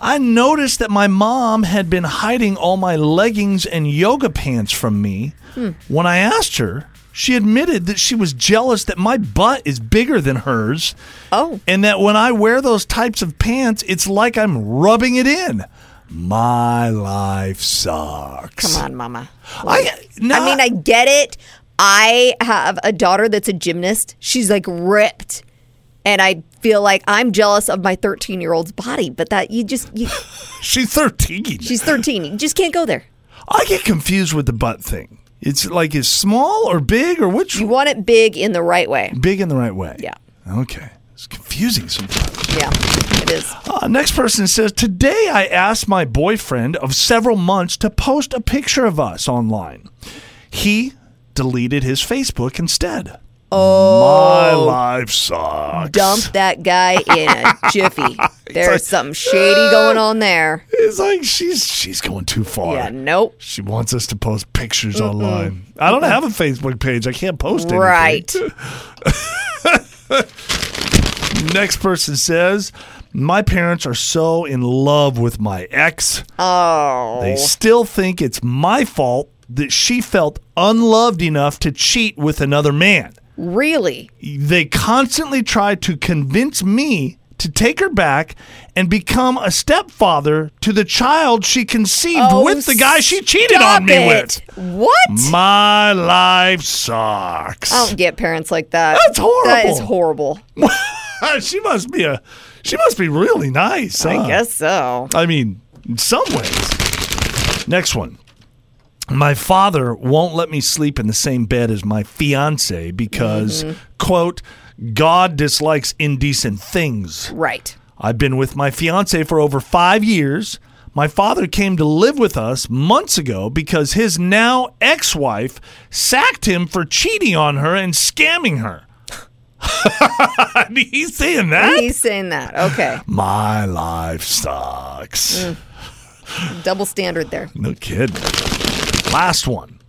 [SPEAKER 5] I noticed that my mom had been hiding all my leggings and yoga pants from me.
[SPEAKER 6] Hmm.
[SPEAKER 5] When I asked her, she admitted that she was jealous that my butt is bigger than hers
[SPEAKER 6] Oh,
[SPEAKER 5] and that when I wear those types of pants, it's like I'm rubbing it in. My life sucks.
[SPEAKER 6] come on, Mama.
[SPEAKER 5] I, no,
[SPEAKER 6] I mean, I get it. I have a daughter that's a gymnast. She's like ripped. And I feel like I'm jealous of my 13 year old's body, but that you just, you,
[SPEAKER 5] she's 13.
[SPEAKER 6] she's 13. You just can't go there.
[SPEAKER 5] I get confused with the butt thing. It's like, is small or big or which?
[SPEAKER 6] You want it big in the right way.
[SPEAKER 5] big in the right way.
[SPEAKER 6] Yeah.
[SPEAKER 5] Okay. It's confusing sometimes.
[SPEAKER 6] Yeah, it is.
[SPEAKER 5] Uh, next person says Today I asked my boyfriend of several months to post a picture of us online. He deleted his Facebook instead. Oh. My life sucks.
[SPEAKER 6] Dump that guy in a jiffy. There's something shady going on there.
[SPEAKER 5] It's like she's she's going too far.
[SPEAKER 6] Yeah, nope.
[SPEAKER 5] She wants us to post pictures online. I don't have a Facebook page. I can't post anything.
[SPEAKER 6] Right.
[SPEAKER 5] Next person says, My parents are so in love with my ex.
[SPEAKER 6] Oh.
[SPEAKER 5] They still think it's my fault that she felt unloved enough to cheat with another man.
[SPEAKER 6] Really?
[SPEAKER 5] They constantly try to convince me to take her back and become a stepfather to the child she conceived
[SPEAKER 6] Oh,
[SPEAKER 5] with the guy she cheated
[SPEAKER 6] stop
[SPEAKER 5] on me
[SPEAKER 6] it.
[SPEAKER 5] with.
[SPEAKER 6] What?
[SPEAKER 5] My life sucks.
[SPEAKER 6] I don't get parents like that.
[SPEAKER 5] That's
[SPEAKER 6] That is
[SPEAKER 5] horrible.
[SPEAKER 6] horrible.
[SPEAKER 5] she must be a she must be really nice. huh?
[SPEAKER 6] I guess so.
[SPEAKER 5] I mean, in some ways. Next one. My father won't let me sleep in the same bed as my fiance because, quote, God dislikes indecent things.
[SPEAKER 6] Right.
[SPEAKER 5] I've been with my fiance for over five years. My father came to live with us months ago because his now ex wife sacked him for cheating on her and scamming her. I mean, He's saying that?
[SPEAKER 6] He's saying that. Okay.
[SPEAKER 5] My life sucks.
[SPEAKER 6] Double standard there.
[SPEAKER 5] No kidding. Last one.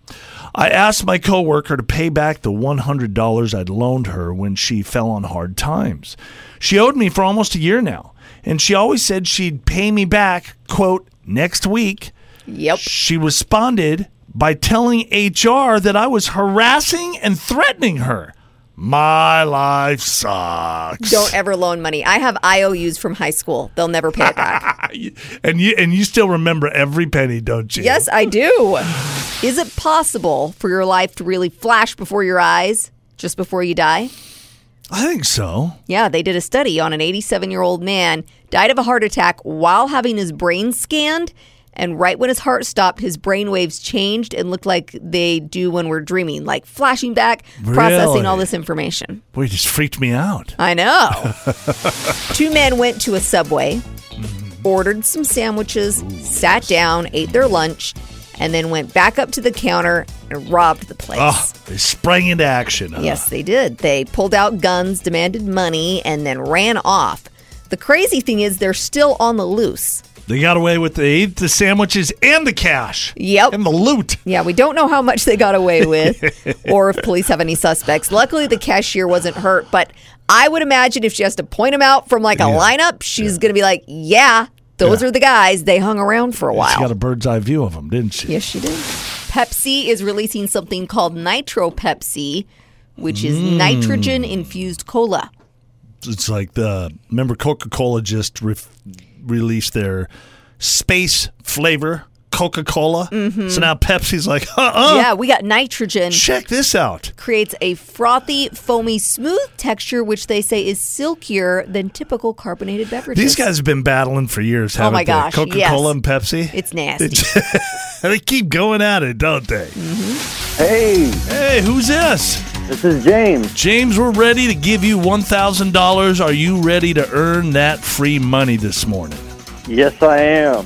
[SPEAKER 5] I asked my coworker to pay back the $100 I'd loaned her when she fell on hard times. She owed me for almost a year now, and she always said she'd pay me back, quote, next week.
[SPEAKER 6] Yep.
[SPEAKER 5] She responded by telling HR that I was harassing and threatening her. My life sucks.
[SPEAKER 6] Don't ever loan money. I have IOUs from high school. They'll never pay it back.
[SPEAKER 5] and you and you still remember every penny, don't you?
[SPEAKER 6] yes, I do. Is it possible for your life to really flash before your eyes just before you die?
[SPEAKER 5] I think so.
[SPEAKER 6] Yeah, they did a study on an 87 year old man died of a heart attack while having his brain scanned. And right when his heart stopped, his brain waves changed and looked like they do when we're dreaming, like flashing back,
[SPEAKER 5] Really?
[SPEAKER 6] processing all this information.
[SPEAKER 5] Boy, you just freaked me out.
[SPEAKER 6] I know. Two men went to a subway, ordered some sandwiches, sat down, ate their lunch, and then went back up to the counter and robbed the place.
[SPEAKER 5] Oh, they sprang into action. huh?
[SPEAKER 6] Yes, they did. They pulled out guns, demanded money, and then ran off. The crazy thing is, they're still on the loose.
[SPEAKER 5] They got away with they ate the sandwiches and the cash.
[SPEAKER 6] Yep.
[SPEAKER 5] And the loot.
[SPEAKER 6] Yeah, we don't know how much they got away with or if police have any suspects. Luckily, the cashier wasn't hurt, but I would imagine if she has to point them out from like a lineup, she's going to be like, yeah, those
[SPEAKER 5] Yeah.
[SPEAKER 6] are the guys. They hung around for a
[SPEAKER 5] She
[SPEAKER 6] while.
[SPEAKER 5] got a bird's eye view of them, didn't she?
[SPEAKER 6] yes, she did. Pepsi is releasing something called Nitro Pepsi, which is
[SPEAKER 5] Mm.
[SPEAKER 6] nitrogen infused cola.
[SPEAKER 5] It's like the remember Coca Cola just re- released their space flavor Coca Cola. So now Pepsi's like, uh uh
[SPEAKER 6] Mm-hmm. Yeah, we got nitrogen.
[SPEAKER 5] check this out.
[SPEAKER 6] Creates a frothy, foamy, smooth texture, which they say is silkier than typical carbonated beverages.
[SPEAKER 5] These guys have been battling for years, haven't
[SPEAKER 6] Oh my gosh,
[SPEAKER 5] they? Coca Cola
[SPEAKER 6] yes.
[SPEAKER 5] and Pepsi.
[SPEAKER 6] It's nasty.
[SPEAKER 5] they keep going at it, don't they?
[SPEAKER 7] Mm-hmm. Hey,
[SPEAKER 5] Hey, who's this?
[SPEAKER 7] this is James.
[SPEAKER 5] James, we're ready to give you $1,000. Are you ready to earn that free money this morning?
[SPEAKER 7] Yes, I am.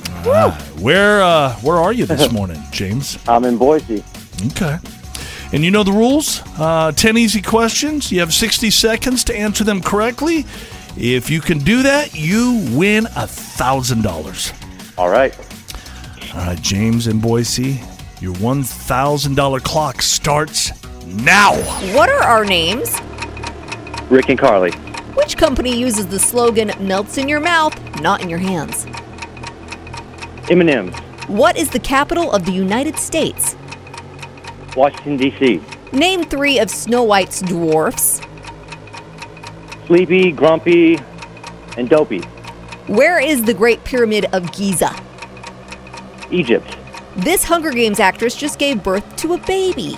[SPEAKER 5] Where uh, where are you this morning, James?
[SPEAKER 7] I'm in Boise.
[SPEAKER 5] Okay. And you know the rules? Uh, 10 easy questions. You have 60 seconds to answer them correctly. If you can do that, you win $1,000.
[SPEAKER 7] All right.
[SPEAKER 5] All right, Uh, James in Boise, your $1,000 clock starts now.
[SPEAKER 6] What are our names?
[SPEAKER 7] Rick and Carly.
[SPEAKER 6] Which company uses the slogan melts in your mouth, not in your hands?
[SPEAKER 7] Eminem's.
[SPEAKER 6] What is the capital of the United States?
[SPEAKER 7] Washington, D.C.
[SPEAKER 6] Name three of Snow White's dwarfs.
[SPEAKER 7] Sleepy, grumpy, and dopey.
[SPEAKER 6] Where is the Great Pyramid of Giza?
[SPEAKER 7] Egypt.
[SPEAKER 6] This Hunger Games actress just gave birth to a baby.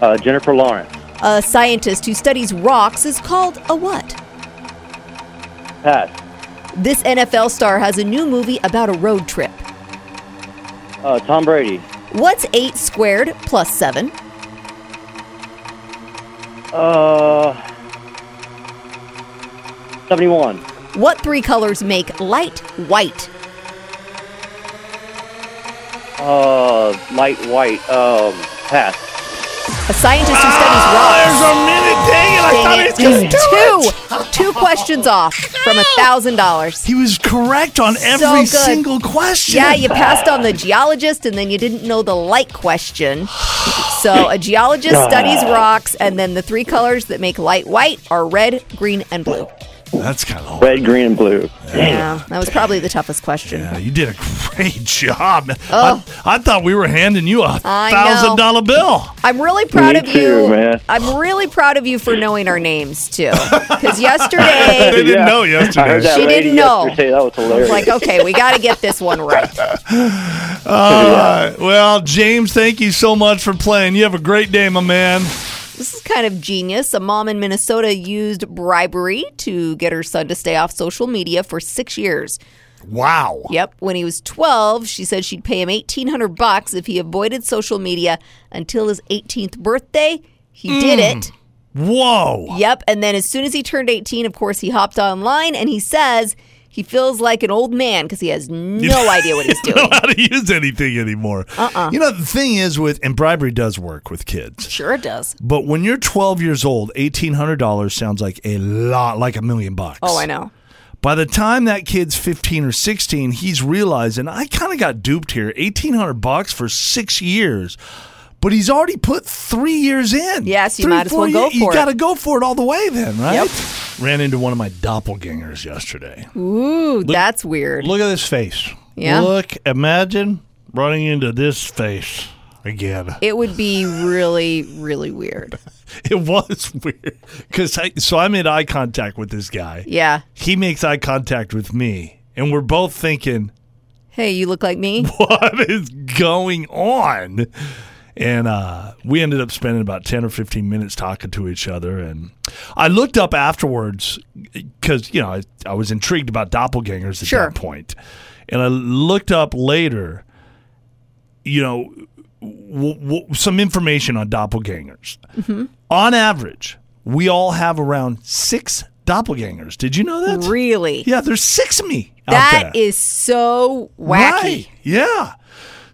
[SPEAKER 7] Uh, Jennifer Lawrence.
[SPEAKER 6] A scientist who studies rocks is called a what?
[SPEAKER 7] Pass.
[SPEAKER 6] This NFL star has a new movie about a road trip.
[SPEAKER 7] Uh, Tom Brady.
[SPEAKER 6] What's 8 squared plus 7?
[SPEAKER 7] Uh, 71.
[SPEAKER 6] What three colors make light white?
[SPEAKER 7] Uh, light white. Um, pass.
[SPEAKER 6] A scientist who studies rocks.
[SPEAKER 5] Ah, There's a minute. Dang it. I thought he was going
[SPEAKER 6] Dang it.
[SPEAKER 5] to do it.
[SPEAKER 6] Two, two questions off from a thousand dollars.
[SPEAKER 5] He was correct on every
[SPEAKER 6] good.
[SPEAKER 5] single question.
[SPEAKER 6] Yeah, you passed on the geologist, and then you didn't know the light question. So a geologist studies rocks, and then the three colors that make light white are red, green, and blue.
[SPEAKER 5] That's kind of
[SPEAKER 7] Red, green, and blue.
[SPEAKER 6] Yeah, that was probably the toughest question.
[SPEAKER 5] Yeah, you did a great job. man.
[SPEAKER 6] Oh.
[SPEAKER 5] I, I thought we were handing you a
[SPEAKER 6] I
[SPEAKER 5] thousand dollar bill.
[SPEAKER 6] I'm really proud
[SPEAKER 7] Me
[SPEAKER 6] of
[SPEAKER 7] too,
[SPEAKER 6] you.
[SPEAKER 7] man.
[SPEAKER 6] I'm really proud of you for knowing our names too. Because yesterday,
[SPEAKER 5] They didn't
[SPEAKER 7] Yeah.
[SPEAKER 5] know
[SPEAKER 7] I heard
[SPEAKER 5] yesterday.
[SPEAKER 7] that
[SPEAKER 6] She
[SPEAKER 7] lady
[SPEAKER 6] didn't know.
[SPEAKER 7] yesterday. That was
[SPEAKER 6] I
[SPEAKER 7] hilarious.
[SPEAKER 6] was like, okay, we got to get this one right.
[SPEAKER 5] Uh, well, James, thank you so much for playing. You have a great day, my man.
[SPEAKER 6] This is kind of genius. A mom in Minnesota used bribery to get her son to stay off social media for six years.
[SPEAKER 5] Wow.
[SPEAKER 6] Yep. When he was 12, she said she'd pay him 1800 bucks if he avoided social media until his 18th birthday. He did it.
[SPEAKER 5] Whoa.
[SPEAKER 6] Yep. And then as soon as he turned 18, of course, he hopped online and he says He feels like an old man because he has no idea what he's
[SPEAKER 5] I don't
[SPEAKER 6] doing.
[SPEAKER 5] know how to use anything anymore. Uh-uh. You know, the thing is with, and bribery does work with kids.
[SPEAKER 6] Sure, it does.
[SPEAKER 5] But when you're 12 years old, $1,800 sounds like a lot, like a million bucks.
[SPEAKER 6] Oh, I know.
[SPEAKER 5] By the time that kid's 15 or 16, he's realizing I kind of got duped here. 1800 bucks for 6 years. But he's already put 3 years in.
[SPEAKER 6] Yes, you
[SPEAKER 5] Three,
[SPEAKER 6] might as
[SPEAKER 5] four
[SPEAKER 6] well go
[SPEAKER 5] years.
[SPEAKER 6] for
[SPEAKER 5] You
[SPEAKER 6] it.
[SPEAKER 5] got to go for it all the way then, right? Ran into one of my doppelgangers yesterday.
[SPEAKER 6] Ooh, that's weird.
[SPEAKER 5] Look at this face.
[SPEAKER 6] Yeah.
[SPEAKER 5] Look, imagine running into this face again.
[SPEAKER 6] It would be really, really weird.
[SPEAKER 5] It was weird cuz I so I made eye contact with this guy.
[SPEAKER 6] Yeah.
[SPEAKER 5] He makes eye contact with me and we're both thinking
[SPEAKER 6] Hey, you look like me.
[SPEAKER 5] what is going on? And uh, we ended up spending about 10 or 15 minutes talking to each other. And I looked up afterwards because, you know, I, I was intrigued about doppelgangers at
[SPEAKER 6] Sure.
[SPEAKER 5] that point. And I looked up later, you know, w- w- some information on doppelgangers. On average, we all have around six doppelgangers. Did you know that?
[SPEAKER 6] Really?
[SPEAKER 5] Yeah, there's six of me. out there.
[SPEAKER 6] That is so wacky.
[SPEAKER 5] Right. Yeah.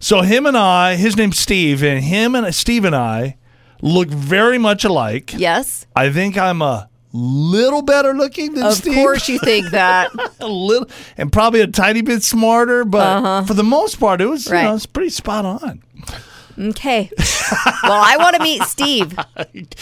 [SPEAKER 5] So him and I, his name's Steve, and him and Steve and I look very much alike.
[SPEAKER 6] Yes.
[SPEAKER 5] I think I'm a little better looking than
[SPEAKER 6] Of
[SPEAKER 5] Steve.
[SPEAKER 6] course you think that.
[SPEAKER 5] a little, and probably a tiny bit smarter, but for the most part, it was you
[SPEAKER 6] Uh-huh. Right.
[SPEAKER 5] know, it's pretty spot on.
[SPEAKER 6] Okay. Well, I want to meet Steve.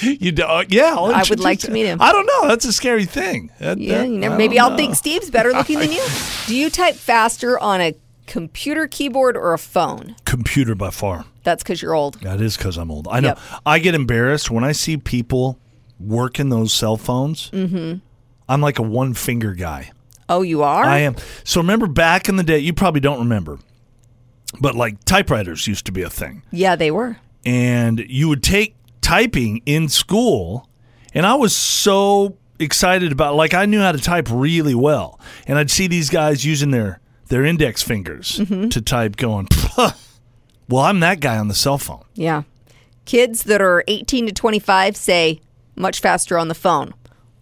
[SPEAKER 5] you do, uh, yeah, I'll
[SPEAKER 6] I would
[SPEAKER 5] introduce-
[SPEAKER 6] like to meet him.
[SPEAKER 5] I don't know. That's a scary thing. That-
[SPEAKER 6] Yeah,
[SPEAKER 5] that- uh,
[SPEAKER 6] you
[SPEAKER 5] I
[SPEAKER 6] never, maybe
[SPEAKER 5] don't
[SPEAKER 6] I'll
[SPEAKER 5] know.
[SPEAKER 6] think Steve's better looking than you. Do you type faster on a computer keyboard or a phone?
[SPEAKER 5] computer by far.
[SPEAKER 6] That's because you're old.
[SPEAKER 5] That is because I'm old. I know.
[SPEAKER 6] Yep.
[SPEAKER 5] I get embarrassed when I see people working those cell phones. Mm-hmm. I'm like a one finger guy.
[SPEAKER 6] Oh, you are?
[SPEAKER 5] I am. So remember back in the day, you probably don't remember, but like typewriters used to be a thing.
[SPEAKER 6] Yeah, they were.
[SPEAKER 5] And you would take typing in school, and I was so excited about like I knew how to type really well. And I'd see these guys using their their index fingers to type going, "Well, I'm that guy on the cell phone."
[SPEAKER 6] Yeah. Kids that are 18 to 25 say much faster on the phone.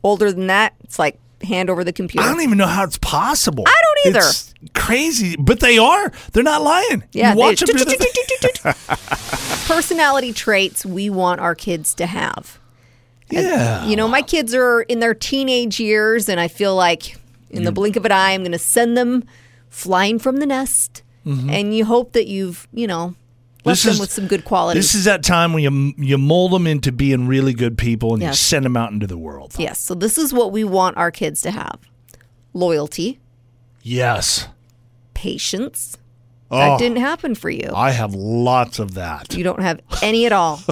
[SPEAKER 6] Older than that, it's like hand over the computer.
[SPEAKER 5] I don't even know how it's possible. I
[SPEAKER 6] don't either.
[SPEAKER 5] It's crazy, but they are. They're not lying.
[SPEAKER 6] yeah,
[SPEAKER 5] you
[SPEAKER 6] they-
[SPEAKER 5] watch them do the thing.
[SPEAKER 6] personality traits we want our kids to have.
[SPEAKER 5] Yeah,
[SPEAKER 6] You know, my kids are in their teenage years, and I feel like in the blink of an eye, I'm going to send them flying from the nest. And you hope that you've, you know, left
[SPEAKER 5] Mm-hmm. This
[SPEAKER 6] them
[SPEAKER 5] is-
[SPEAKER 6] with some good qualities.
[SPEAKER 5] This is that time when you you mold them into being really good people and you
[SPEAKER 6] Yes.
[SPEAKER 5] send them out into the world.
[SPEAKER 6] yes. So this is what we want our kids to have loyalty,
[SPEAKER 5] Yes,
[SPEAKER 6] patience. That didn't happen for you.
[SPEAKER 5] Oh. I have lots of that.
[SPEAKER 6] You don't have any at all.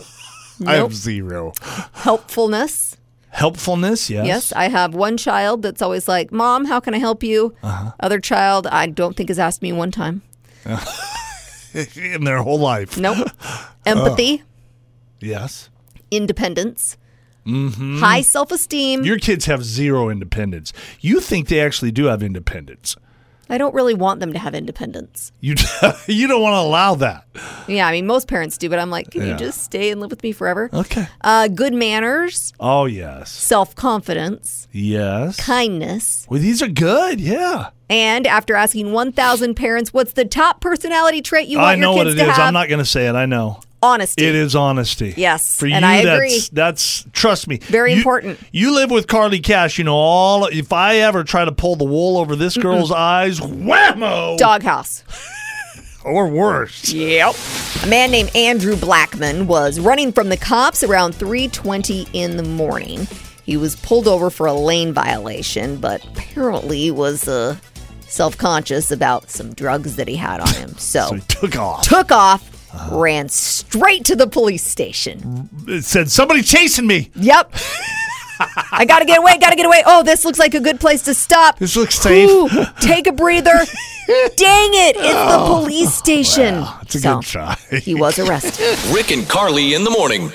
[SPEAKER 5] I
[SPEAKER 6] nope.
[SPEAKER 5] have zero
[SPEAKER 6] Helpfulness.
[SPEAKER 5] helpfulness. Yes.
[SPEAKER 6] Yes, I have one child that's always like, "Mom, how can I help you?"
[SPEAKER 5] Uh-huh.
[SPEAKER 6] Other child, I don't think has asked me one time.
[SPEAKER 5] in their whole life.
[SPEAKER 6] Nope. Empathy,
[SPEAKER 5] Oh. Yes.
[SPEAKER 6] independence,
[SPEAKER 5] Mm-hmm.
[SPEAKER 6] high self-esteem.
[SPEAKER 5] Your kids have zero independence. You think they actually do have independence.
[SPEAKER 6] I don't really want them to have independence.
[SPEAKER 5] You you don't want to allow that.
[SPEAKER 6] Yeah, I mean, most parents do, but I'm like, can
[SPEAKER 5] Yeah. Oh.
[SPEAKER 6] you just stay and live with me forever?
[SPEAKER 5] Okay.
[SPEAKER 6] Uh, good manners,
[SPEAKER 5] Oh yes.
[SPEAKER 6] self-confidence,
[SPEAKER 5] Yes.
[SPEAKER 6] kindness,
[SPEAKER 5] Well, these are good. Yeah.
[SPEAKER 6] and after asking 1,000 parents, what's the top personality trait you want
[SPEAKER 5] I know
[SPEAKER 6] your
[SPEAKER 5] what
[SPEAKER 6] kids
[SPEAKER 5] it
[SPEAKER 6] to
[SPEAKER 5] is.
[SPEAKER 6] have?
[SPEAKER 5] I'm not going to say it. I know.
[SPEAKER 6] Honesty.
[SPEAKER 5] It is honesty.
[SPEAKER 6] Yes,
[SPEAKER 5] For
[SPEAKER 6] and
[SPEAKER 5] you,
[SPEAKER 6] I
[SPEAKER 5] that's,
[SPEAKER 6] agree.
[SPEAKER 5] That's trust me.
[SPEAKER 6] Very
[SPEAKER 5] You-
[SPEAKER 6] important.
[SPEAKER 5] You live with Carly Cash. You know all. If I ever try to pull the wool over this girl's eyes, whammo,
[SPEAKER 6] Doghouse.
[SPEAKER 5] or worse.
[SPEAKER 6] Yep. A man named Andrew Blackman was running from the cops around 3:20 in the morning. He was pulled over for a lane violation, but apparently was uh, self-conscious about some drugs that he had on him. So,
[SPEAKER 5] So he Uh-huh. took off.
[SPEAKER 6] took off, ran straight to the police station.
[SPEAKER 5] It said somebody chasing me.
[SPEAKER 6] Yep. I gotta get away, gotta get away. Oh, this looks like a good place to stop.
[SPEAKER 5] This looks safe.
[SPEAKER 6] Ooh, take a breather. Dang it, it's the police station.
[SPEAKER 5] Oh. It's a
[SPEAKER 6] So,
[SPEAKER 5] good try.
[SPEAKER 6] He was arrested.
[SPEAKER 2] Rick and Carly in the morning.